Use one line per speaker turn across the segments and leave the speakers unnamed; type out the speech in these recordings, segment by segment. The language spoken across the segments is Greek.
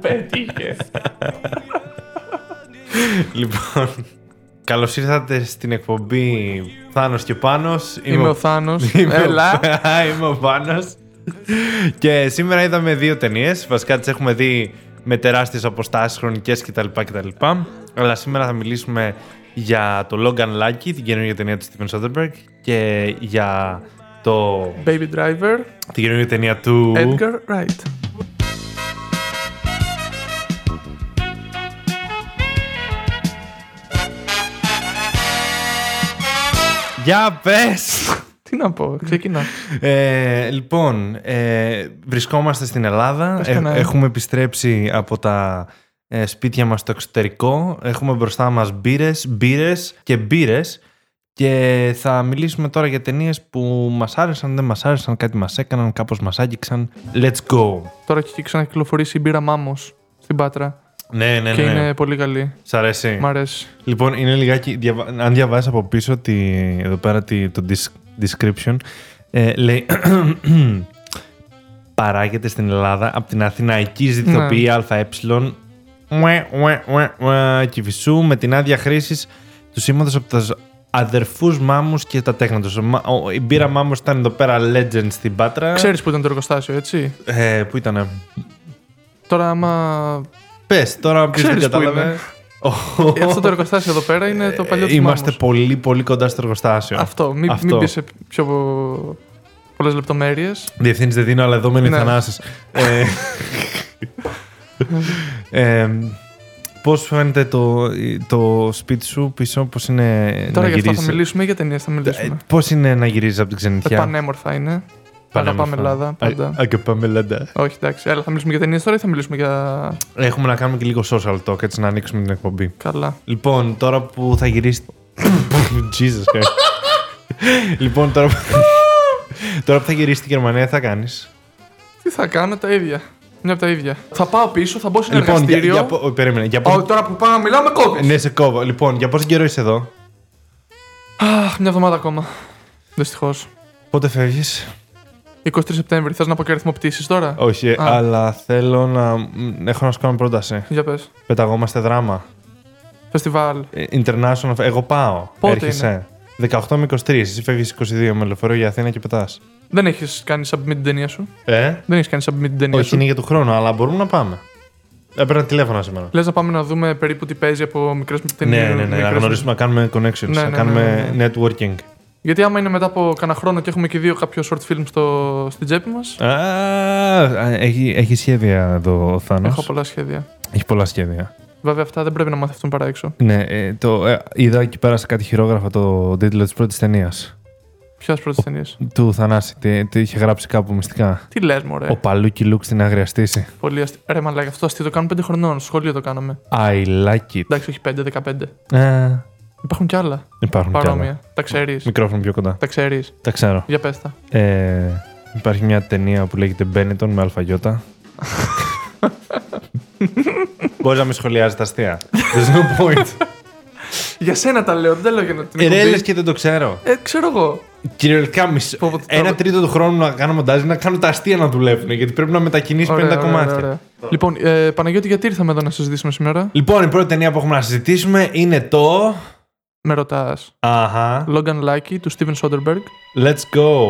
Πέτυχε.
Λοιπόν, καλώς ήρθατε στην εκπομπή Θάνος και Πάνος.
Είμαι ο Θάνος.
Είμαι ο-
Έλα.
Είμαι ο Πάνος. και σήμερα είδαμε δύο ταινίες. Βασικά τις έχουμε δει με τεράστιες αποστάσεις χρονικές κτλ, κτλ. Αλλά σήμερα θα μιλήσουμε για το Logan Lucky, την καινούργια ταινία του Steven Soderbergh και για το...
Baby Driver,
την καινούργια ταινία του...
Edgar Wright.
Για πες!
Τι να πω, ξεκινά.
Ε, λοιπόν, ε, βρισκόμαστε στην Ελλάδα.
Πες κανένα.
Ε, έχουμε επιστρέψει από τα ε, σπίτια μας στο εξωτερικό. Έχουμε μπροστά μας μπύρες, μπύρες και μπύρες. Και θα μιλήσουμε τώρα για ταινίες που μας άρεσαν, δεν μας άρεσαν, κάτι μας έκαναν, κάπως μας άγγιξαν. Let's go!
Τώρα έχει ξανακυκλοφορήσει η μπύρα Μάμος στην Πάτρα
Ναι, ναι,
και
ναι.
είναι πολύ καλή.
Σ' αρέσει.
Μ' αρέσει.
Λοιπόν, είναι λιγάκι. διαβα- Αν διαβάσεις από πίσω τη... εδώ πέρα τη... το dis- description, ε, λέει. Παράγεται στην Ελλάδα από την αθηναϊκή
Ναι.
Ε, ζητοποιή ΑΕ μουε, μουε, μουε, μουε, Κηφισού με την άδεια χρήσης του σήματος από τους αδερφούς μάμους και τα τέχνατο. Η μπύρα μάμους ήταν εδώ πέρα legend στην Πάτρα.
Ξέρεις που ήταν το εργοστάσιο, έτσι.
Ε, πού ήτανε.
Τώρα άμα...
Πες τώρα, ποιος δεν
Ξέρεις που
κατάλαβε.
είναι. Ε, Αυτό το εργοστάσιο εδώ πέρα είναι το παλιό
Ε,
της
Είμαστε
Μάμος.
πολύ, πολύ κοντά στο εργοστάσιο.
Αυτό, μην,
Αυτό.
μην μπεις σε πιο πολλές λεπτομέρειες.
Διευθύνει δεν δίνω, αλλά εδώ μένει
Ναι.
Θανάσης. Ε, ε, πώς φαίνεται το, το σπίτι σου πίσω, πώς είναι
Τώρα
Ε,
γι' αυτά
να
θα
γυρίζεις...
μιλήσουμε ή για ταινίες θα
Ε,
μιλήσουμε.
πώς είναι να γυρίζεις από την
Ε,
ξενιτιά.
πανέμορφα είναι. Αγαπάμε
Ε,
Ελλάδα, πάντα.
Α- Αγαπάμε Ελλάδα.
Όχι, εντάξει. Αλλά θα μιλήσουμε για ταινίες τώρα ή θα μιλήσουμε για.
Έχουμε να κάνουμε και λίγο social talk, έτσι να ανοίξουμε την εκπομπή.
Καλά.
Λοιπόν, τώρα που θα γυρίσεις. Jesus Christ. λοιπόν, τώρα που... τώρα που θα γυρίσεις στη Γερμανία, τι θα κάνεις.
Τι θα κάνω, τα ίδια. Μια από τα ίδια. Θα πάω πίσω, θα μπω σε ένα
Λοιπόν, για,
εργαστήριο.
για, πο- περίμενε, για πο-
Ω, τώρα που πάω να μιλάω, με κόβεις.
Ναι, σε κόβω. Λοιπόν, για πόσο καιρό είσαι εδώ,
Αχ, μια εβδομάδα ακόμα. Δυστυχώς.
Πότε φεύγεις.
23 Σεπτέμβρη, θες να πω και αριθμό πτήση τώρα.
Όχι,
Α.
αλλά θέλω να. μ, Έχω να σου κάνω πρόταση.
Για πες.
Πεταγόμαστε δράμα.
Φεστιβάλ.
Ε, International. Εγώ πάω.
Πότε
Έρχεσαι. 18 με 23. Εσύ φεύγεις 22 με λεωφορείο για Αθήνα και πετάς.
Δεν έχεις κάνει submit την ταινία σου.
Ε.
Δεν έχεις κάνει submit την ταινία
Όχι,
σου.
είναι για του χρόνου, αλλά μπορούμε να πάμε. Έπαιρνα τηλέφωνα σήμερα.
Λες να πάμε να δούμε περίπου τι παίζει από μικρές ταινίε.
Ναι, ναι, ναι. Να γνωρίσουμε, να κάνουμε connections,
Ναι,
να
ναι,
κάνουμε
ναι, ναι,
networking.
Γιατί άμα είναι μετά από κανένα χρόνο και έχουμε και δύο κάποιο short film στο... στην τσέπη μας.
Α, έχει, έχει σχέδια εδώ ο Θάνος.
Έχω πολλά σχέδια.
Έχει πολλά σχέδια.
Βέβαια, αυτά δεν πρέπει να μαθευτούν παρά έξω.
Ναι, ε, το, ε, είδα εκεί πέρα σε κάτι χειρόγραφα το τίτλο της πρώτης ταινίας.
Ποια πρώτη ταινία.
Του Θανάση. Τι, τι είχε γράψει κάπου μυστικά.
Τι λες, μωρέ.
Ο Παλούκι Λουκ στην άγρια στήση.
Πολύ αστι... Ρε μαλάκα, αυτό αστείο το κάνουν 5 χρονών. Σχολείο το κάναμε.
I like it.
Εντάξει, όχι 5-15.
Ε,
Υπάρχουν κι άλλα
υπάρχουν κι άλλα.
παρόμοια. Τα ξέρεις.
Μικρόφωνο πιο κοντά.
Τα ξέρεις.
Τα ξέρω.
Για πες τα.
Ε, υπάρχει μια ταινία που λέγεται Μπένετον με αλφαγιώτα. Μπορείς να με σχολιάζεις τα αστεία. There's no point.
Για σένα τα λέω, δεν τα λέω για να την
Ε, ρε,
εκπομπή.
λες και δεν το ξέρω.
Ε, ξέρω εγώ.
Κυριολεικά μισό.
Πω, πω, το-
Ένα τρίτο του χρόνου να κάνω μοντάζ είναι να κάνω τα αστεία να δουλεύουν. Γιατί πρέπει να μετακινήσεις 50 κομμάτια.
Λοιπόν, ε, Παναγιώτη, γιατί ήρθαμε εδώ να συζητήσουμε σήμερα.
Λοιπόν, η πρώτη ταινία που έχουμε να συζητήσουμε είναι το.
Με ρωτάς.
Αχα.
Logan Lucky του Steven Soderbergh.
Let's go.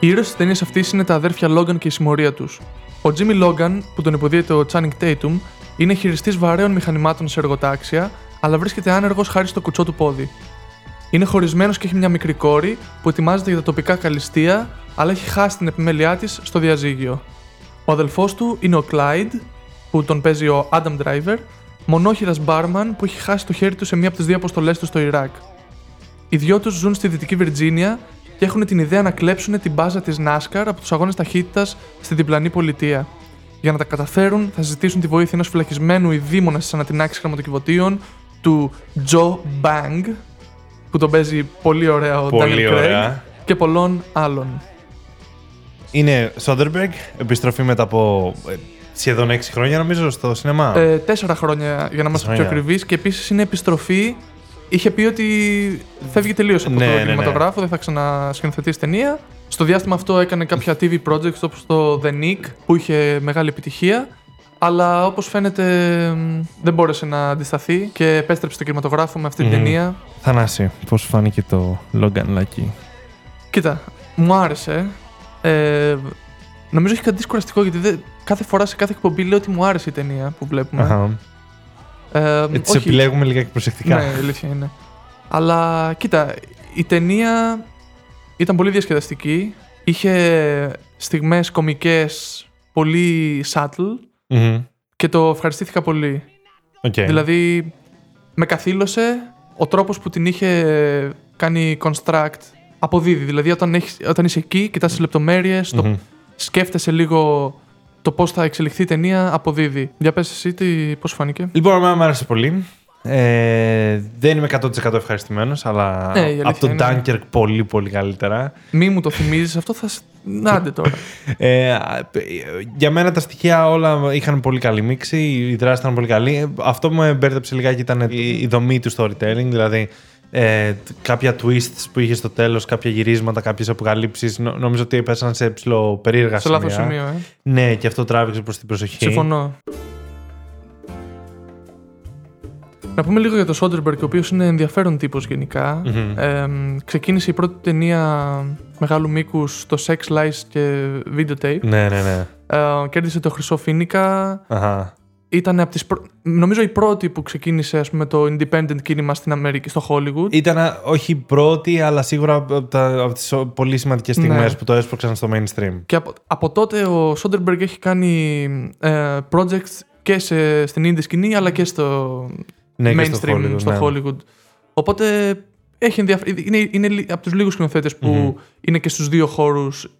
Οι ήρωες της ταινίας αυτής είναι τα αδέρφια Logan και η συμμορία τους. Ο Jimmy Logan, που τον υποδίεται ο Channing Tatum, είναι χειριστής βαρέων μηχανημάτων σε εργοτάξια, αλλά βρίσκεται άνεργος χάρη στο κουτσό του πόδι. Είναι χωρισμένος και έχει μια μικρή κόρη που ετοιμάζεται για τα τοπικά καλυστία, αλλά έχει χάσει την επιμέλειά της στο διαζύγιο. Ο αδελφός του είναι ο Clyde, που τον παίζει ο Adam Driver, μονόχειρας μπάρμαν που έχει χάσει το χέρι του σε μία από τις δύο αποστολές του στο Ιράκ. Οι δυο τους ζουν στη Δυτική Βιρτζίνια και έχουν την ιδέα να κλέψουν την μπάζα της NASCAR από τους αγώνες ταχύτητας στη διπλανή πολιτεία. Για να τα καταφέρουν, θα ζητήσουν τη βοήθεια ενός φυλακισμένου ειδήμονας στι ανατινάξει χρηματοκιβωτίων του Τζο Μπάνγκ, που τον παίζει πολύ ωραία ο
Πολύ
Daniel Craig,
ωραία.
και πολλών άλλων.
Είναι Soderbergh, επιστροφή μετά από ε, σχεδόν 6 χρόνια νομίζω στο σινεμά.
Ε, τέσσερα χρόνια για να είμαστε πιο
χρόνια.
ακριβείς. Και επίσης είναι επιστροφή. Είχε πει ότι φεύγει τελείως από
Ναι,
το
ναι, ναι.
κινηματογράφο, δεν θα ξανασκηνοθετήσει ταινία. Στο διάστημα αυτό έκανε κάποια TV projects όπως το The Nick που είχε μεγάλη επιτυχία. Αλλά όπως φαίνεται μ, δεν μπόρεσε να αντισταθεί και επέστρεψε στο κινηματογράφο με αυτή την
Μμμ.
ταινία.
Θανάση, πώς φάνηκε το Logan Lucky.
Κοίτα, μου άρεσε. Ε, νομίζω έχει κάτι κουραστικό γιατί δεν- κάθε φορά σε κάθε εκπομπή λέω ότι μου άρεσε η ταινία που βλέπουμε.
Αχα.
Ε,
Ε, τις
Ναι. όχι-
επιλέγουμε λιγάκι προσεκτικά.
Ναι, η αλήθεια είναι. Αλλά κοίτα, η ταινία ήταν πολύ διασκεδαστική. Είχε στιγμές κομικές πολύ subtle
Μμμ.
και το ευχαριστήθηκα πολύ.
Οκ.
Ναι. Δηλαδή, με καθήλωσε ο τρόπος που την είχε κάνει construct αποδίδει. Δηλαδή, όταν, έχεις, όταν είσαι εκεί, κοιτάς τις λεπτομέρειες, το,
Μμμ.
σκέφτεσαι λίγο το πώς θα εξελιχθεί η ταινία, αποδίδει. Για πες εσύ τι, πώς σου φάνηκε.
Λοιπόν, εμένα μου άρεσε πολύ. Ε, δεν είμαι 100% ευχαριστημένος, αλλά
Ναι, η αλήθεια
από τον
είναι.
Dunkirk πολύ, πολύ καλύτερα.
Μη μου το θυμίζεις αυτό, θα... σ- Νάντε τώρα.
Ε, α, ε, για μένα τα στοιχεία όλα είχαν πολύ καλή μίξη, η δράση ήταν πολύ καλή. Ε, Αυτό που με μπέρδεψε λιγάκι ήταν η, η δομή του storytelling, δηλαδή ε, τ- κάποια twists που είχε στο τέλος, κάποια γυρίσματα, κάποιες αποκαλύψεις. Νο- νομίζω ότι έπεσαν σε ψηλό περίεργα
Σε λάθος σημείο, ε.
Ναι, και αυτό τράβηξε προς την προσοχή.
Συμφωνώ. Να πούμε λίγο για τον Σόντερμπεργκ, ο οποίος είναι ενδιαφέρον τύπος
Μμμ.
ξεκίνησε η πρώτη του ταινία μεγάλου μήκου στο Sex Lies και Videotape.
Ναι, ναι, ναι.
Ε, κέρδισε το Χρυσό Φίνικα.
Αχα.
Ήταν από τις πρω- νομίζω η πρώτη που ξεκίνησε ας πούμε, το independent κίνημα στην Αμερική, στο Hollywood.
Ήταν α, όχι η πρώτη, αλλά σίγουρα από, τα, από τις ο- πολύ σημαντικές
Ναι.
στιγμές που το έσπρωξαν στο mainstream.
Και από, από τότε ο Σόντερμπεργκ έχει κάνει ε, projects και σε, στην indie σκηνή αλλά και στο,
Ναι, και
mainstream
στο
στο Hollywood.
Hollywood, ναι.
Οπότε έχει ενδιαφ- είναι, είναι λι- από τους λίγους σκηνοθέτες που είναι και στους δύο χώρους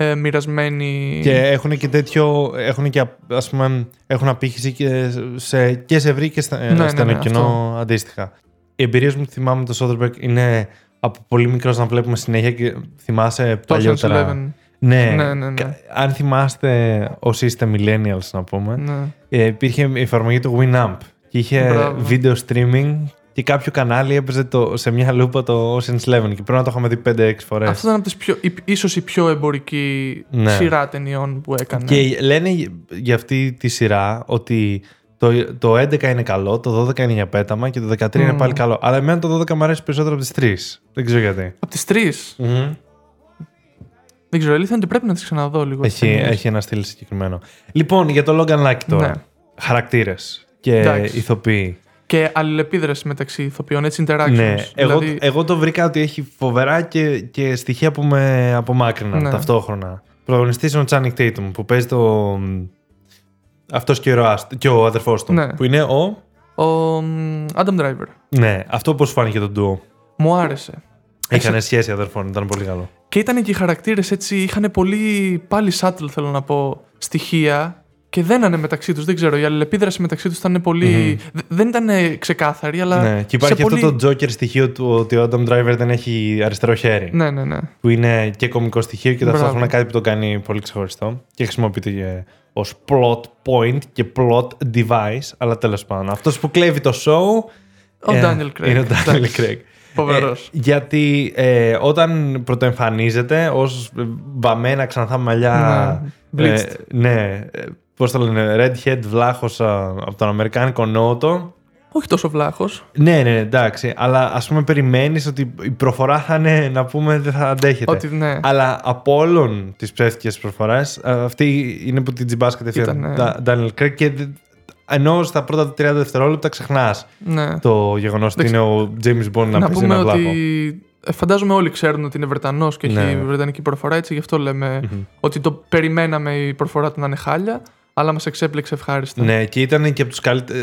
ε, μοιρασμένοι.
Και έχουν και τέτοιο. Έχουν και ας πούμε. Έχουν απήχηση και σε, και σε ευρύ και στα, ε,
Ναι, ναι,
στενό
ναι,
κοινό
αυτό.
αντίστοιχα. Οι εμπειρίες μου που θυμάμαι με το Σόντερμπεργκ είναι από πολύ μικρός να βλέπουμε συνέχεια και θυμάσαι
Το
παλιότερα.
11.
Ναι,
Ναι, ναι, ναι.
κα- Αν θυμάστε όσοι είστε millennials να πούμε,
Ναι.
ε, υπήρχε η εφαρμογή του Winamp και είχε
Μπράβο.
video streaming και κάποιο κανάλι έπαιζε το, σε μια λούπα το Ocean's 11 και πρέπει να το είχαμε δει 5-6 φορές.
Αυτό ήταν από τις πιο, η- ίσως η πιο εμπορική
Ναι.
σειρά ταινιών που έκανε.
Και λένε για αυτή τη σειρά ότι το, το 11 είναι καλό, το 12 είναι για πέταμα και το 13 είναι
Mm.
πάλι καλό. Αλλά εμένα το 12 μου αρέσει περισσότερο από τις τρεις. Δεν ξέρω γιατί.
Από τις τρεις. Δεν ξέρω, η αλήθεια είναι ότι πρέπει να τις ξαναδώ λίγο. τις
Έχει,
ταινίες.
έχει ένα στυλ συγκεκριμένο. Λοιπόν, για το Logan Lucky τώρα.
Ναι.
Χαρακτήρες και
Εντάξει.
ηθοποιοί.
Και αλληλεπίδραση μεταξύ ηθοποιών, έτσι interactions.
Ναι, εγώ,
Δηλαδή,
εγώ το βρήκα ότι έχει φοβερά και, και στοιχεία που με απομάκρυναν
Ναι.
ταυτόχρονα. Πρωταγωνιστής είναι ο Channing Tatum που παίζει το. Αυτός και ο, ηρωάς του- και ο αδερφός του.
Ναι.
Που είναι ο.
Ο μ, Adam Driver.
Ναι, αυτό πώς φάνηκε το ντουό.
Μου άρεσε.
Είχαν σχέση αδερφών, ήταν πολύ καλό.
Και ήταν και οι χαρακτήρες έτσι, είχαν πολύ πάλι subtle θέλω να πω στοιχεία και δένανε μεταξύ τους. Δεν ξέρω, η αλληλεπίδραση μεταξύ τους ήταν πολύ. δε- Δεν ήταν ε, ξεκάθαρη, αλλά.
ναι, και υπάρχει
σε
αυτό
πολύ...
το Joker στοιχείο του ότι ο Adam Driver δεν έχει αριστερό χέρι.
Ναι, ναι, ναι.
Που είναι και κωμικό στοιχείο και
Μπράβο.
ταυτόχρονα κάτι που τον κάνει πολύ ξεχωριστό. Και χρησιμοποιείται και ως plot point και plot device. Αλλά τέλος πάντων. Αυτός που κλέβει το show.
Ο Daniel Craig.
Ε, Είναι ο Daniel
Εντάξει.
Craig.
Φοβερός.
Ε, γιατί ε, όταν πρωτοεμφανίζεται ως βαμμένα ξανθά μαλλιά.
Ναι,
ε,
bleached.
ναι, πώς το λένε, redhead βλάχος από τον Αμερικάνικο Νότο.
Όχι τόσο βλάχος.
Ναι, ναι, εντάξει. Αλλά ας πούμε, περιμένεις ότι η προφορά θα είναι να πούμε δεν θα αντέχετε.
Ότι ναι.
Αλλά από όλων τις ψεύτικες προφορέ, αυτή είναι που την τζιμπά κατευθείαν.
Ήταν,
Ντα- Daniel Craig. Και δε- ενώ στα πρώτα 30 δευτερόλεπτα ξεχνάς
ναι.
το γεγονός ότι
Εντάξει.
είναι ο James Bond να,
να
παίζει
πούμε
ένα βλάχο.
ότι. ε, Φαντάζομαι όλοι ξέρουν ότι είναι Βρετανός και
Ναι.
έχει βρετανική προφορά, έτσι γι' αυτό λέμε
Μμμ.
ότι το περιμέναμε η προφορά του να είναι χάλια, αλλά μας εξέπληξε ευχάριστα.
Ναι, και ήταν και από τους καλύτερου.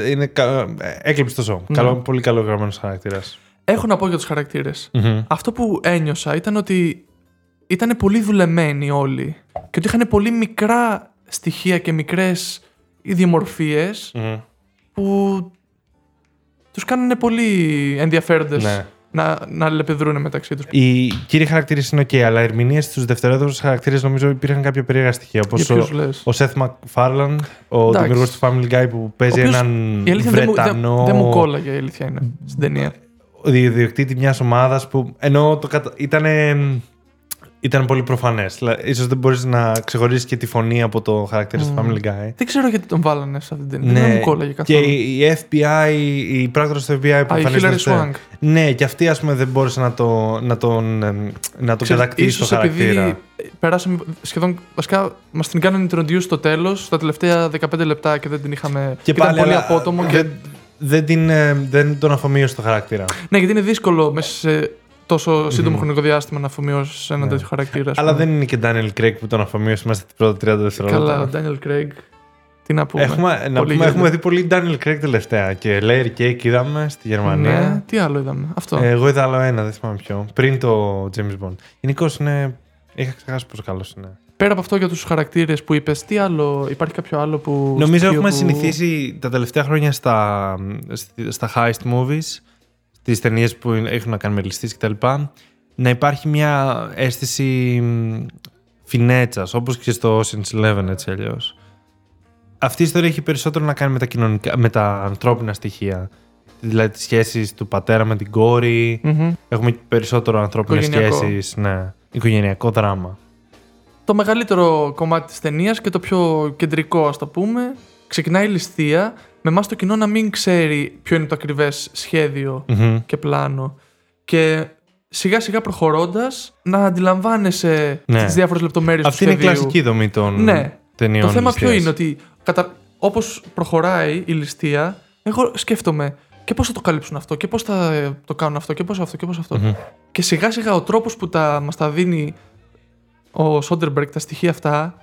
Έκλειψε το show. Καλό, πολύ καλό γραμμένος χαρακτήρας.
Έχω να πω για τους χαρακτήρες. Αυτό που ένιωσα ήταν ότι ήταν πολύ δουλεμένοι όλοι και ότι είχαν πολύ μικρά στοιχεία και μικρές ιδιομορφίες που τους κάνανε πολύ ενδιαφέροντες
Ναι.
να, να αλληλεπιδρούν μεταξύ τους.
Οι κύριοι χαρακτήρες είναι οκ, αλλά οι ερμηνείες στους δευτερεύοντε χαρακτήρες νομίζω υπήρχαν κάποια περίεργα στοιχεία. Όπως
Για ποιους λες?
ο Σεθ Μακφάρλαν, ο
Εντάξει.
δημιουργός του Family Guy που παίζει έναν
η αλήθεια δεν μου, δεν,
Βρετανό. Ναι.
δεν μου κόλλαγε η αλήθεια είναι στην ταινία.
διοκτήτη μιας ομάδας που. ενώ το κατα... ήταν. Ήταν πολύ προφανές. σω δεν μπορείς να ξεχωρίσεις και τη φωνή από το χαρακτήρα του Family Guy.
Δεν ξέρω γιατί τον βάλανε σε αυτή την ταινία. Δεν μου κόλλαγε
Ναι, και
καθόλου.
η η FBI, η πράκτορα του FBI που
Α, η
εμφανίζεται
Hilary
σε-
Swank.
Ναι, και αυτή ας πούμε δεν μπόρεσε να, το, να τον, εμ, να τον
Ξέρεις,
κατακτήσει το
ίσως επειδή
χαρακτήρα.
περάσαμε σχεδόν. Βασικά, μας την κάνανε introduce στο τέλος, στα τελευταία 15 λεπτά και δεν την είχαμε.
Και
ήταν
πάλι,
πολύ
αλλά
απότομο. Και...
Δεν, δεν, την, ε, δεν τον αφομοίωσε το χαρακτήρα.
Ναι, γιατί είναι δύσκολο μέσα σε τόσο σύντομο χρονικό διάστημα να αφομοιώσεις ένα τέτοιο χαρακτήρα. ας
Ναι. Αλλά
πούμε.
δεν είναι και Daniel Craig που τον αφομοίωσε μέσα στην πρώτα 30
Καλά, ο
δευτερόλεπτα.
Daniel Craig. Τι να πούμε.
Έχουμε, να
Πολύ
πούμε,
γέλιο.
έχουμε δει πολύ Daniel Craig τελευταία και Layer Cake είδαμε στη
Ναι,
Γερμανία.
τι άλλο είδαμε. Αυτό.
Ε, Εγώ είδα άλλο ένα, δεν θυμάμαι ποιο. Πριν το James Bond. Γενικώς είναι. Είχα ξεχάσει πόσο καλός είναι.
Πέρα από αυτό για τους χαρακτήρες που είπες, τι άλλο. Υπάρχει κάποιο άλλο που.
Νομίζω
στοιχείο
έχουμε
που-
συνηθίσει τα τελευταία χρόνια στα, στα heist movies, στις ταινίες που έχουν να κάνουν με ληστείς κτλ. Να υπάρχει μια αίσθηση μ, φινέτσας, όπως και στο Ocean's Eleven έτσι αλλιώς. Αυτή η ιστορία έχει περισσότερο να κάνει με τα, κοινωνικά, με τα ανθρώπινα στοιχεία. Δηλαδή τις σχέσεις του πατέρα με την κόρη.
Μμμ.
Έχουμε και περισσότερο ανθρώπινες
Οικογενειακό.
σχέσεις. Ναι, οικογενειακό δράμα.
Το μεγαλύτερο κομμάτι της ταινίας και το πιο κεντρικό ας το πούμε ξεκινάει η ληστεία με εμάς το κοινό να μην ξέρει ποιο είναι το ακριβές σχέδιο
Μμμ.
και πλάνο και σιγά σιγά προχωρώντας να αντιλαμβάνεσαι
Ναι.
τις διάφορες λεπτομέρειες
Αυτή
του
είναι η
σχεδίου.
κλασική δομή των
Ναι.
ταινιών
Το θέμα ποιο
ληστείας.
είναι ότι κατα... όπως προχωράει η ληστεία εγώ σκέφτομαι και πώς θα το καλύψουν αυτό και πώς θα ε, το κάνουν αυτό και πώς αυτό και πώς αυτό.
Μμμ.
Και σιγά σιγά ο τρόπος που τα, μας τα δίνει ο Σόντερμπεργκ, τα στοιχεία αυτά,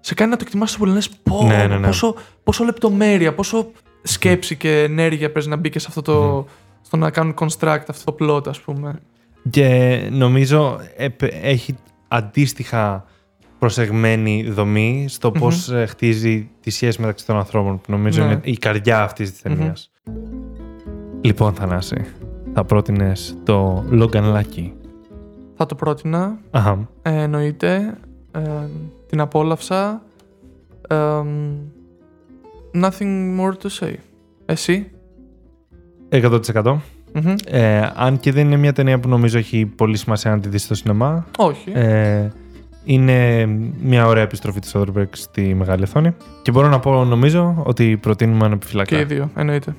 σε κάνει να το εκτιμάσει πολύ. Λες, πω,
Ναι, ναι, ναι.
Πόσο, πόσο λεπτομέρεια, πόσο σκέψη και ενέργεια παίζει να μπει και σε αυτό το. στο να κάνουν construct αυτό το plot, ας πούμε.
Και νομίζω επ- έχει αντίστοιχα προσεγμένη δομή στο
Μμμ.
πώς ε, χτίζει τη σχέση μεταξύ των ανθρώπων που νομίζω
Ναι.
είναι η καρδιά αυτής της
Μμμ.
ταινίας. Λοιπόν Θανάση, θα πρότεινες το Logan Lucky.
Θα το πρότεινα.
Αχα.
Ε, εννοείται. Ε, την απόλαυσα. Ε, nothing more to say. Εσύ.
100%.
Μμμ.
Ε, αν και δεν είναι μια ταινία που νομίζω έχει πολύ σημασία να τη δεις στο σινεμά,
Όχι.
ε, είναι μια ωραία επιστροφή της Soderbergh στη μεγάλη οθόνη. Και μπορώ να πω νομίζω ότι προτείνουμε ανεπιφυλακά.
και οι δύο, εννοείται.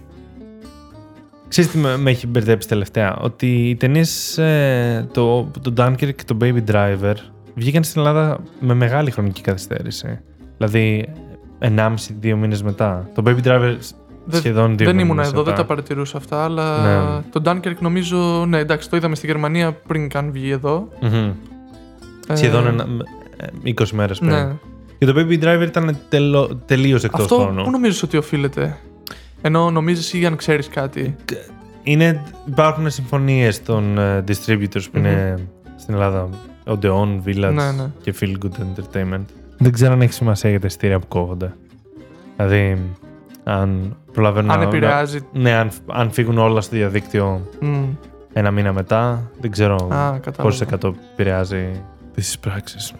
Ξέρεις τι με, με έχει μπερδέψει τελευταία, ότι οι ταινίες, ε, το, το Dunkirk και το Baby Driver βγήκαν στην Ελλάδα με μεγάλη χρονική καθυστέρηση. Δηλαδή 1,5-2 μήνες μετά. Το Baby Driver σ-
Δεν-
σχεδόν 2 μήνες
Δεν ήμουν
μετά.
εδώ, δεν τα παρατηρούσα αυτά, αλλά
Ναι.
το Dunkirk νομίζω. Ναι, εντάξει, το είδαμε στη Γερμανία πριν καν βγει εδώ.
Μμμ.
Ε,
Σχεδόν ένα, ε, 20 μέρες πριν.
Ναι.
Και το Baby Driver ήταν τελο, τελείως εκτός
Αυτό
χρόνου.
που νομίζεις ότι οφείλεται. Ενώ νομίζεις ή αν ξέρεις κάτι.
Είναι, υπάρχουν συμφωνίες των ε, distributors που είναι στην Ελλάδα. Odeon, Village
Ναι, ναι.
και Feel Good Entertainment. Δεν ξέρω αν έχει σημασία για τα εισιτήρια που κόβονται. Δηλαδή, αν προλαβαίνουν
αν
να-
επηρεάζει.
να- Ναι, αν, αν φύγουν όλα στο διαδίκτυο
Μμ,
ένα μήνα μετά, δεν ξέρω
Α, κατάλαβα.
πόσο εκατό επηρεάζει τις πράξεις.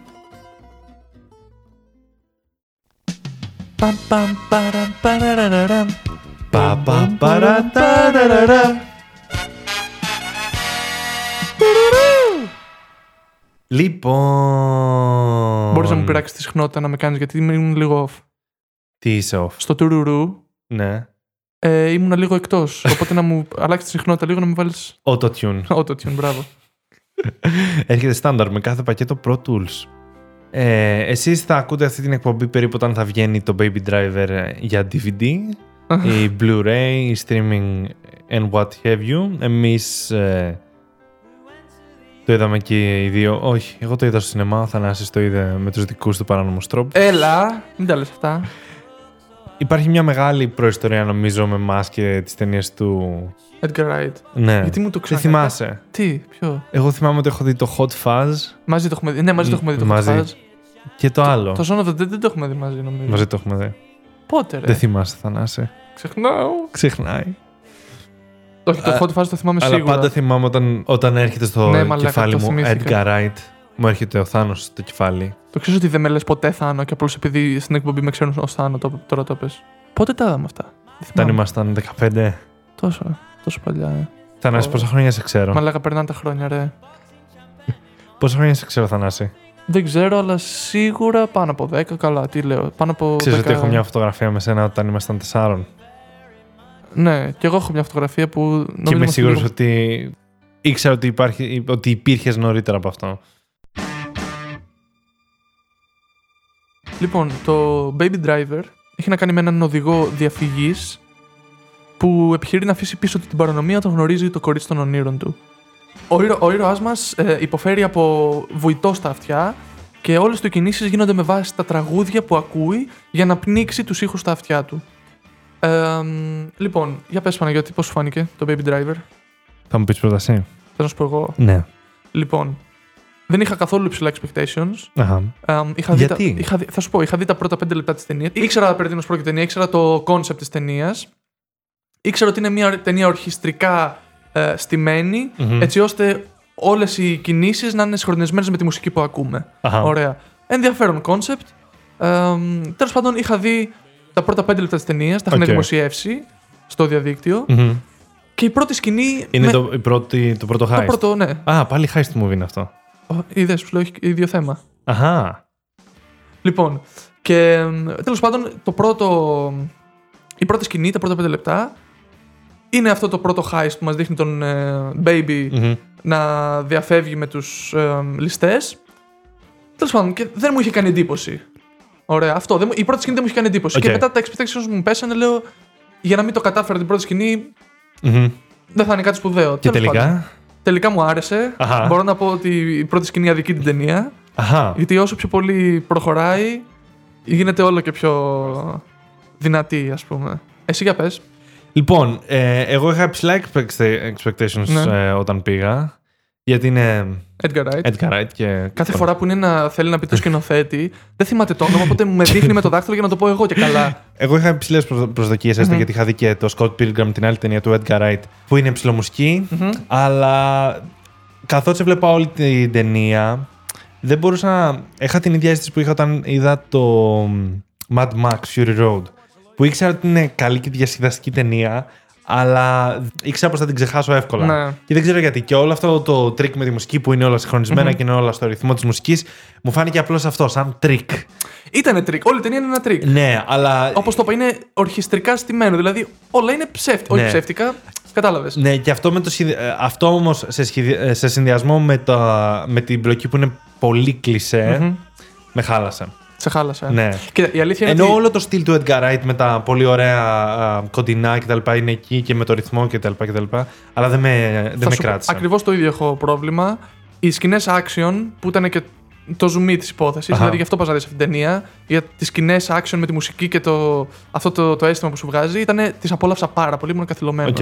Παμ, παμ, παραμ, παραραραραμ.
Πα, πα, παρα, τα, ρα, ρα, ρα. Λοιπόν.
Μπορείς να μου πειράξεις τη συχνότητα να με κάνεις γιατί ήμουν λίγο off.
Τι είσαι off.
Στο τουρουρού
Ναι.
ε, ήμουν λίγο εκτός, Οπότε να μου αλλάξεις τη συχνότητα λίγο να μου βάλεις.
Auto-tune.
Auto-tune, μπράβο.
Έρχεται στάνταρ με κάθε πακέτο Pro Tools. Ε, εσείς θα ακούτε αυτή την εκπομπή περίπου όταν θα βγαίνει το Baby Driver ε, για DVD, η Blu-ray, η streaming and what have you. Εμείς ε, το είδαμε και οι δύο. Όχι, εγώ το είδα στο σινεμά, ο Θανάσης το είδε με τους δικούς του παράνομους τρόπους. Ε,
Έλα, μην τα λες αυτά.
Υπάρχει μια μεγάλη προϊστορία νομίζω με εμάς και τις ταινίες του...
Edgar Wright.
Ναι.
Γιατί μου το
Δεν
ξανακάνεις.
θυμάσαι.
Τι, ποιο.
Εγώ θυμάμαι ότι έχω δει το Hot Fuzz
Μαζί το έχουμε δει. Ναι, μαζί το έχουμε δει το
Μαζί.
Hot Fuzz.
και το, άλλο.
Το Ε. Son of the Dead δεν το έχουμε δει μαζί, νομίζω.
Μαζί το έχουμε δει.
Πότε, ρε.
Δεν θυμάσαι, Θανάση.
Ξεχνάω.
Ξεχνάει.
Όχι, το hot fuzz το θυμάμαι
Ε, Αλλά
σίγουρα.
πάντα θυμάμαι όταν, όταν έρχεται στο
Ναι, μαλάκα,
κεφάλι
το
μου
θυμήθηκα. Ναι.
Edgar Wright. Μου έρχεται ο Θάνος στο κεφάλι.
Το ξέρεις ότι δεν με λες ποτέ Θάνο και απλώς επειδή στην εκπομπή με ξέρουν ως Θάνο το, τώρα το πες. Πότε τα είδαμε αυτά. Δεν
Όταν
θυμάμαι.
ήμασταν 15.
Τόσο, ε. τόσο παλιά. Ε.
Θανάση,
Ω.
πόσα χρόνια σε ξέρω.
Μαλάκα, περνάνε τα χρόνια, ρε.
Πόσα χρόνια σε ξέρω, Θανάση.
Δεν ξέρω, αλλά σίγουρα πάνω από 10. Καλά, τι λέω. Πάνω από
Ξέρεις
10...
ότι έχω μια φωτογραφία με σένα όταν ήμασταν 4.
Ναι, και εγώ έχω μια φωτογραφία που. νομίζω
Και είμαι
είμαστε
σίγουρο
λίγο-
ότι ήξερα ότι, υπάρχει, ότι υπήρχες νωρίτερα από αυτό.
Λοιπόν, το Baby Driver έχει να κάνει με έναν οδηγό διαφυγής που επιχειρεί να αφήσει πίσω του την παρανομία όταν γνωρίζει το κορίτσι των ονείρων του. Ο, ήρωα ο ήρωάς μας ε, υποφέρει από βουητό στα αυτιά και όλες του οι κινήσεις γίνονται με βάση τα τραγούδια που ακούει για να πνίξει τους ήχους στα αυτιά του. Ε, μ, λοιπόν, για πες Παναγιώτη, πώς σου φάνηκε το Baby Driver.
Θα μου πεις πρόταση.
Θέλω να σου πω εγώ.
Ναι.
Λοιπόν, δεν είχα καθόλου υψηλά expectations.
Αχα.
Εμ, είχα δει
Γιατί?
τα- είχα δει- θα σου πω, είχα δει τα πρώτα πέντε λεπτά της ταινίας. Ήξερα περί τίνος πρόκειται η ταινία, ήξερα το κόνσεπτ της ταινίας. Ήξερα ότι είναι μια ταινία ορχιστρικά ε, στημενη
Μμμ.
έτσι ώστε όλες οι κινήσεις να είναι συγχρονισμένες με τη μουσική που ακούμε.
Αχα.
Ωραία. Ενδιαφέρον κόνσεπτ. Τέλος πάντων, είχα δει τα πρώτα πέντε λεπτά της ταινίας, τα είχαν
Οκ.
δημοσιεύσει στο διαδικτυο
Μμμ.
Και η πρώτη σκηνή.
Είναι
με-
το, η πρώτη, το πρώτο
το
heist.
πρώτο, ναι.
Α, πάλι heist movie είναι αυτό.
Είδες, σου λέω, έχει ίδιο θέμα.
Αχα.
Λοιπόν, και τέλος πάντων, το πρώτο, η πρώτη σκηνή, τα πρώτα πέντε λεπτά, είναι αυτό το πρώτο heist που μας δείχνει τον ε, Baby
Μμμ.
να διαφεύγει με τους ε, ληστές. Τέλος πάντων, και δεν μου είχε κάνει εντύπωση. Ωραία, αυτό. Δεν, μου- η πρώτη σκηνή δεν μου είχε κάνει εντύπωση.
Οκ.
Και μετά τα expectations μου πέσανε, λέω, για να μην το κατάφερα την πρώτη σκηνή,
Μμμ.
δεν θα είναι κάτι σπουδαίο.
Και
Τέλος πάντων,
τελικά.
τελικά μου άρεσε.
Αχα.
Μπορώ να πω ότι η πρώτη σκηνή αδικεί την ταινία.
Αχα.
Γιατί όσο πιο πολύ προχωράει, γίνεται όλο και πιο δυνατή, ας πούμε. Εσύ για πες.
Λοιπόν, ε, εγώ είχα ψηλά expect- expectations
Ναι.
ε, όταν πήγα. Γιατί είναι
Edgar Wright.
Edgar Wright και.
Κάθε φορά που είναι να θέλει να πει το σκηνοθέτη, δεν θυμάται το όνομα, οπότε με δείχνει με το δάχτυλο για να το πω εγώ και καλά.
Εγώ είχα υψηλές προσδοκίες, έστω
Μμμ.
γιατί είχα δει και το Scott Pilgrim, την άλλη ταινία του Edgar Wright, που είναι ψηλομουσική,
Μμμ.
αλλά καθώς έβλεπα όλη την ταινία, δεν μπορούσα να. Είχα την ίδια αίσθηση που είχα όταν είδα το Mad Max Fury Road, που ήξερα ότι είναι καλή και διασκεδαστική ταινία, αλλά ήξερα πως θα την ξεχάσω εύκολα.
Ναι.
Και δεν ξέρω γιατί. Και όλο αυτό το τρίκ με τη μουσική που είναι όλα συγχρονισμένα και είναι όλα στο ρυθμό της μουσικής, μου φάνηκε απλώς αυτό, σαν τρίκ.
Ήτανε τρίκ. Όλη η ταινία είναι ένα τρίκ.
Ναι, αλλά.
Όπως το είπα, είναι ορχιστρικά στημένο. Δηλαδή όλα είναι ψεύτικα. Όχι
Ναι.
ψεύτικα, κατάλαβες.
Ναι, και αυτό, με το σχεδι... ε, αυτό όμως σε, σχεδι... ε, σε συνδυασμό με, τα... με την πλοκή που είναι πολύ κλισέ, με χάλασε.
Σε χάλασα.
Ναι.
Κοίτα, η αλήθεια είναι
Ενώ
ότι.
όλο το στυλ του Edgar Wright με τα πολύ ωραία α, κοντινά κτλ. είναι εκεί και με το ρυθμό κτλ. κτλ αλλά δεν με, δεν με κράτησε.
Ακριβώς το ίδιο έχω πρόβλημα. Οι σκηνές action που ήταν και το ζουμί της υπόθεσης,
Αχα.
δηλαδή γι' αυτό πας να δεις αυτή την ταινία, για τις σκηνές action με τη μουσική και το, αυτό το, το αίσθημα που σου βγάζει, ήταν τις απόλαυσα πάρα πολύ, ήμουν καθυλωμένος.
Οκ.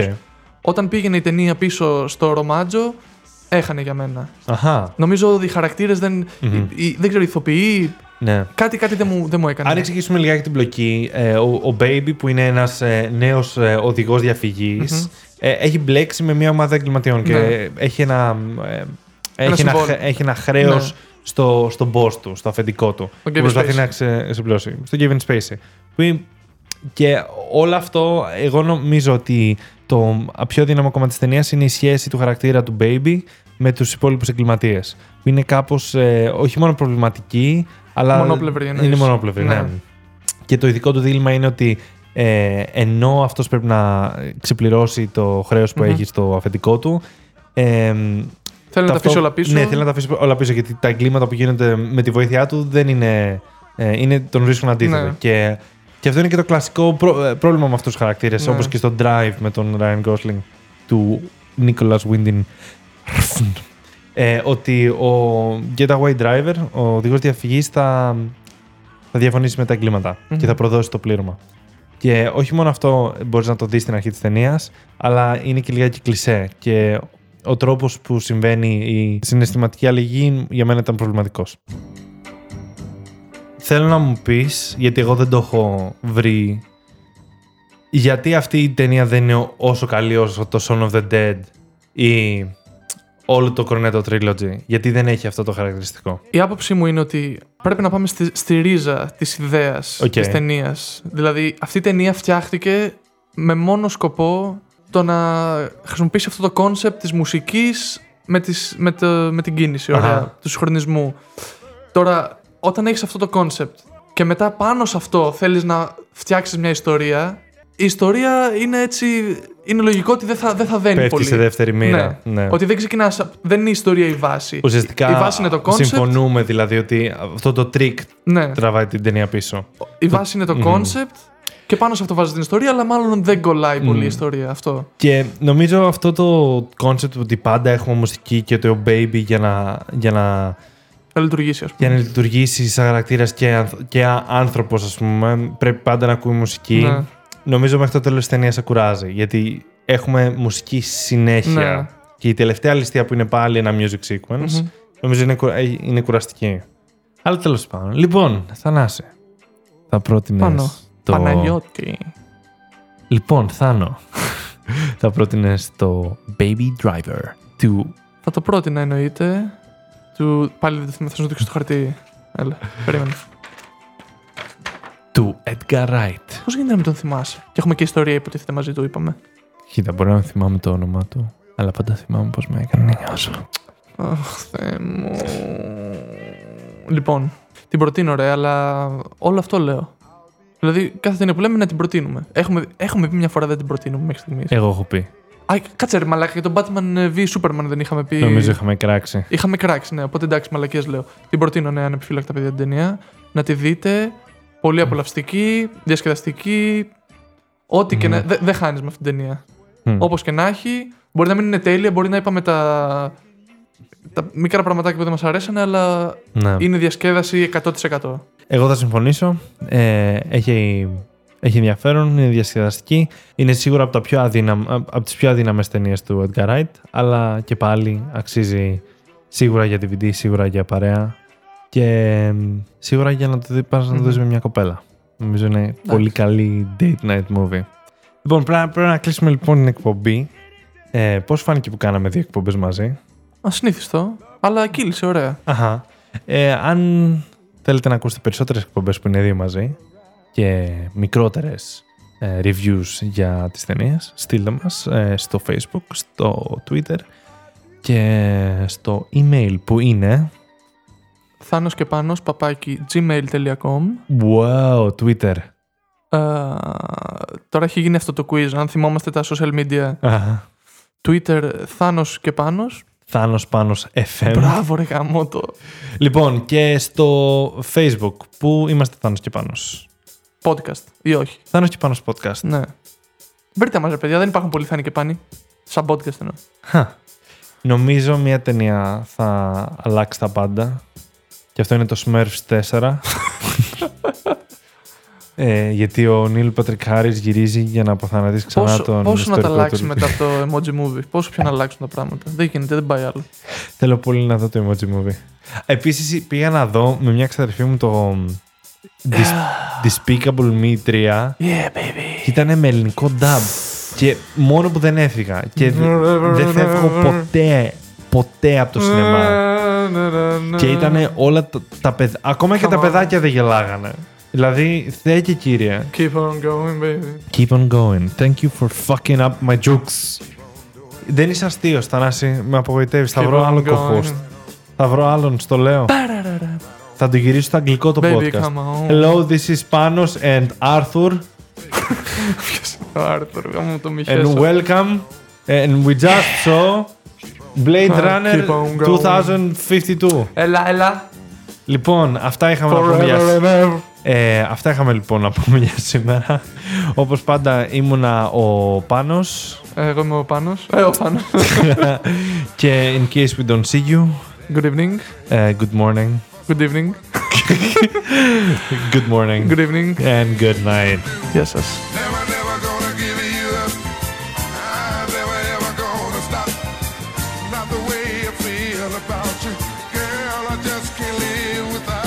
Όταν πήγαινε η ταινία πίσω στο ρομάτζο, έχανε για μένα.
Αχα.
Νομίζω ότι οι χαρακτήρες δεν. οι- οι- δεν ξέρω, οι ηθοποιοί.
Ναι.
Κάτι, κάτι δεν μου, δεν μου έκανε.
Αν εξηγήσουμε λιγάκι την πλοκή, ε, ο, ο Baby που είναι ένας ε, νέος ε, οδηγός διαφυγής, ε, έχει μπλέξει με μια ομάδα εγκληματιών και
Ναι.
έχει ένα, ε, έχει, ένα,
συμβόλ.
χ- έχει ένα χρέος
Ναι.
στο, στον boss του, στο αφεντικό του, που
Kevin
προσπαθεί
Spacey.
να ξε- ξεπλώσει, στον Kevin Spacey. Που είναι- και όλο αυτό, εγώ νομίζω ότι το πιο δύναμο κομμάτι της ταινίας είναι η σχέση του χαρακτήρα του Baby με τους υπόλοιπους εγκληματίες. Που είναι κάπως ε, όχι μόνο προβληματική, αλλά
Μονόπλευρη εννοείς.
είναι μονόπλευρη, ναι.
Ναι.
Και το ειδικό του δίλημα είναι ότι ε, ενώ αυτός πρέπει να ξεπληρώσει το χρέος που
Μμμ.
έχει στο αφεντικό του, ε,
Θέλω να τα αφήσω όλα πίσω.
Ναι, θέλει να τα αφήσει όλα πίσω γιατί τα εγκλήματα που γίνονται με τη βοήθειά του δεν είναι. Ε, είναι τον ρίσκον αντίθετο.
Ναι.
Και, και αυτό είναι και το κλασικό πρό- ε, πρόβλημα με αυτούς τους χαρακτήρες.
Ναι.
όπως Όπω και στο Drive με τον Ryan Gosling του Nicholas Winding. Ε, ότι ο Getaway Driver, ο οδηγός διαφυγής, θα, θα διαφωνήσει με τα εγκληματα
Μμμ.
και θα προδώσει το πλήρωμα. Και όχι μόνο αυτό μπορείς να το δεις στην αρχή της ταινίας, αλλά είναι και λιγάκι κλισέ. Και ο τρόπος που συμβαίνει η συναισθηματική αλληλεγγύη για μένα ήταν προβληματικός. Θέλω να μου πεις, γιατί εγώ δεν το έχω βρει γιατί αυτή η ταινία δεν είναι όσο καλή όσο το Son of the Dead ή όλο το Cornetto Trilogy. Γιατί δεν έχει αυτό το χαρακτηριστικό.
Η άποψή μου είναι ότι πρέπει να πάμε στη, στη ρίζα της ιδέας
Οκ.
της ταινίας. Δηλαδή αυτή η ταινία φτιάχτηκε με μόνο σκοπό το να χρησιμοποιήσει αυτό το κόνσεπτ της μουσικής με, τις, με, το, με την κίνηση, ωραία,
Αχα.
του συγχρονισμού. Τώρα, όταν έχεις αυτό το κόνσεπτ και μετά πάνω σε αυτό θέλεις να φτιάξεις μια ιστορία, η ιστορία είναι έτσι, είναι λογικό ότι δεν θα, δεν θα βαίνει
Πέφτει
πολύ.
σε δεύτερη μοίρα.
Ναι. Ότι δεν ξεκινάς, απ- δεν είναι η ιστορία η βάση.
Ουσιαστικά
η βάση είναι το concept.
συμφωνούμε δηλαδή ότι αυτό το τρίκ
Ναι.
τραβάει την ταινία πίσω.
Η βάση είναι το concept και πάνω σε αυτό βάζεις την ιστορία, αλλά μάλλον δεν κολλάει πολύ η ιστορία αυτό.
Και νομίζω αυτό το concept ότι πάντα έχουμε μουσική και το baby για να, για να,
Θα λειτουργήσει, ας πούμε.
για να λειτουργήσει σαν χαρακτήρας και, ανθ- και άνθρωπος, ας πούμε, πρέπει πάντα να ακούει μουσική.
Ναι.
Νομίζω μέχρι το τέλος της ταινίας σε κουράζει. Γιατί έχουμε μουσική συνέχεια.
Ναι.
Και η τελευταία ληστεία που είναι πάλι ένα music sequence, νομίζω είναι, κου- ε, είναι κουραστική. Αλλά τέλος πάντων. Λοιπόν, Θανάση. Θα πρότεινες.
Πάνω. Παναγιώτη.
Λοιπόν, Θάνο. θα πρότεινες το Baby Driver του.
Θα το πρότεινα εννοείται. Του... Πάλι δεν θυμάμαι, θα σου δείξω το χαρτί. Έλα, περίμενε.
του Edgar Wright.
Πώς γίνεται να μην τον θυμάσαι. Και έχουμε και ιστορία υποτίθεται μαζί του, είπαμε.
Κοίτα, μπορεί να θυμάμαι το όνομά του, αλλά πάντα θυμάμαι πώς με έκανε να νιώσω.
Αχ, Θεέ μου. Λοιπόν, την προτείνω ρε, αλλά όλο αυτό λέω. Δηλαδή, κάθε ταινία που λέμε να την προτείνουμε. Έχουμε, έχουμε πει μια φορά δεν την προτείνουμε μέχρι στιγμής.
Εγώ έχω πει.
Α, κάτσε ρε μαλάκα, για τον Batman ε, v Superman δεν είχαμε πει.
Νομίζω είχαμε κράξει.
Είχαμε κράξει, ναι, οπότε εντάξει, μαλακίε λέω. Την προτείνω, ναι, ανεπιφύλακτα παιδιά την ταινία. Να τη δείτε. Πολύ απολαυστική, διασκεδαστική. Ό,τι και να.
Mm.
δε- Δεν χάνεις με αυτή την ταινία.
Μμ.
Όπως και να έχει. Μπορεί να μην είναι τέλεια, μπορεί να είπαμε τα, τα μικρά πραγματάκια που δεν μας αρέσανε, αλλά
Ναι.
είναι διασκέδαση 100%.
Εγώ θα συμφωνήσω. Ε, έχει, έχει ενδιαφέρον, είναι διασκεδαστική. Είναι σίγουρα από, τα πιο αδύναμ, από τις πιο αδύναμες ταινίες του Edgar Wright, αλλά και πάλι αξίζει σίγουρα για DVD, σίγουρα για παρέα και εμ, σίγουρα για να το δει, πας να το δεις με μια κοπέλα. Νομίζω είναι πολύ καλή date night movie. Λοιπόν, πρέπει, πρέπει να κλείσουμε λοιπόν την εκπομπή. Ε, πώς φάνηκε που κάναμε δύο εκπομπές μαζί.
Ασυνήθιστο, αλλά κύλησε, ωραία.
Αχα. Ε, αν θέλετε να ακούσετε περισσότερες εκπομπές που είναι δύο μαζί και μικρότερες ε, reviews για τις ταινίες, στείλτε μας ε, στο facebook, στο twitter και στο email που είναι
Θάνος και πάνω, παπάκι, gmail.com.
wow, twitter.
Ε, τώρα έχει γίνει αυτό το quiz. Αν θυμόμαστε τα social media,
Αχα.
Twitter Θάνος και Πάνος.
Θάνος Πάνος FM.
Μπράβο ρε γαμώ το.
Λοιπόν, και στο facebook που είμαστε Θάνος και Πάνος.
Podcast ή όχι.
Θάνος και Πάνος podcast.
Ναι. Βρείτε μας ρε παιδιά, δεν υπάρχουν πολλοί Θάνοι και Πάνοι. Σαν podcast εννοώ.
Χα. Νομίζω μια ταινία θα αλλάξει τα πάντα. Και αυτό είναι το Smurfs 4. ε, γιατί ο Νίλ Πατρικάρης γυρίζει για να αποθανατήσει ξανά
Πόσο,
τον
πόσο να τα
ιστορικό
αλλάξει
του-
μετά από το emoji movie. Πόσο πια να αλλάξουν τα πράγματα. Δεν γίνεται, δεν πάει άλλο.
Θέλω πολύ να δω το Emoji Movie. Επίσης πήγα να δω με μια ξαδερφή μου το Dis- Despicable Me 3
Yeah baby.
και ήταν με ελληνικό dub. Και μόνο που δεν έφυγα. Και δε- δεν φεύγω ποτέ, ποτέ από το σινεμά. Και ήταν όλα τα, τα παιδιά. Ακόμα και
Come
τα
on.
παιδάκια δεν γελάγανε. Δηλαδή, θεέ και κύριε.
Keep on going baby.
Keep on going. Thank you for fucking up my jokes. Δεν είσαι αστείος, Θανάση. Με απογοητεύεις. Θα
Keep
βρω
on
άλλο
going.
κοχός. Θα βρω άλλον, στο λέω.
Παραραρα.
Θα το γυρίσω στο αγγλικό το
Baby,
podcast.
come on.
Hello, this is Panos and Arthur.
Ποιος είναι ο Άρθουρ, γαμώ το μη
And
χέσω.
welcome. And we just saw Blade
Ah,
Runner
keep on going.
2052.
Έλα, έλα.
Λοιπόν, αυτά είχαμε να πούμε για
Forever and ever.
Ε, αυτά είχαμε λοιπόν να πούμε για σήμερα. Όπως πάντα ήμουνα ο Πάνος
Εγώ είμαι ο Πάνος. Ε, ο Πάνος.
και in case we don't see you,
Good evening.
ε, good morning,
Good evening.
good morning
Good evening.
and good night.
Γεια σας.
Never, never gonna give you up. I'm never, ever gonna stop. Not the way I feel about you. Girl, I just can't live without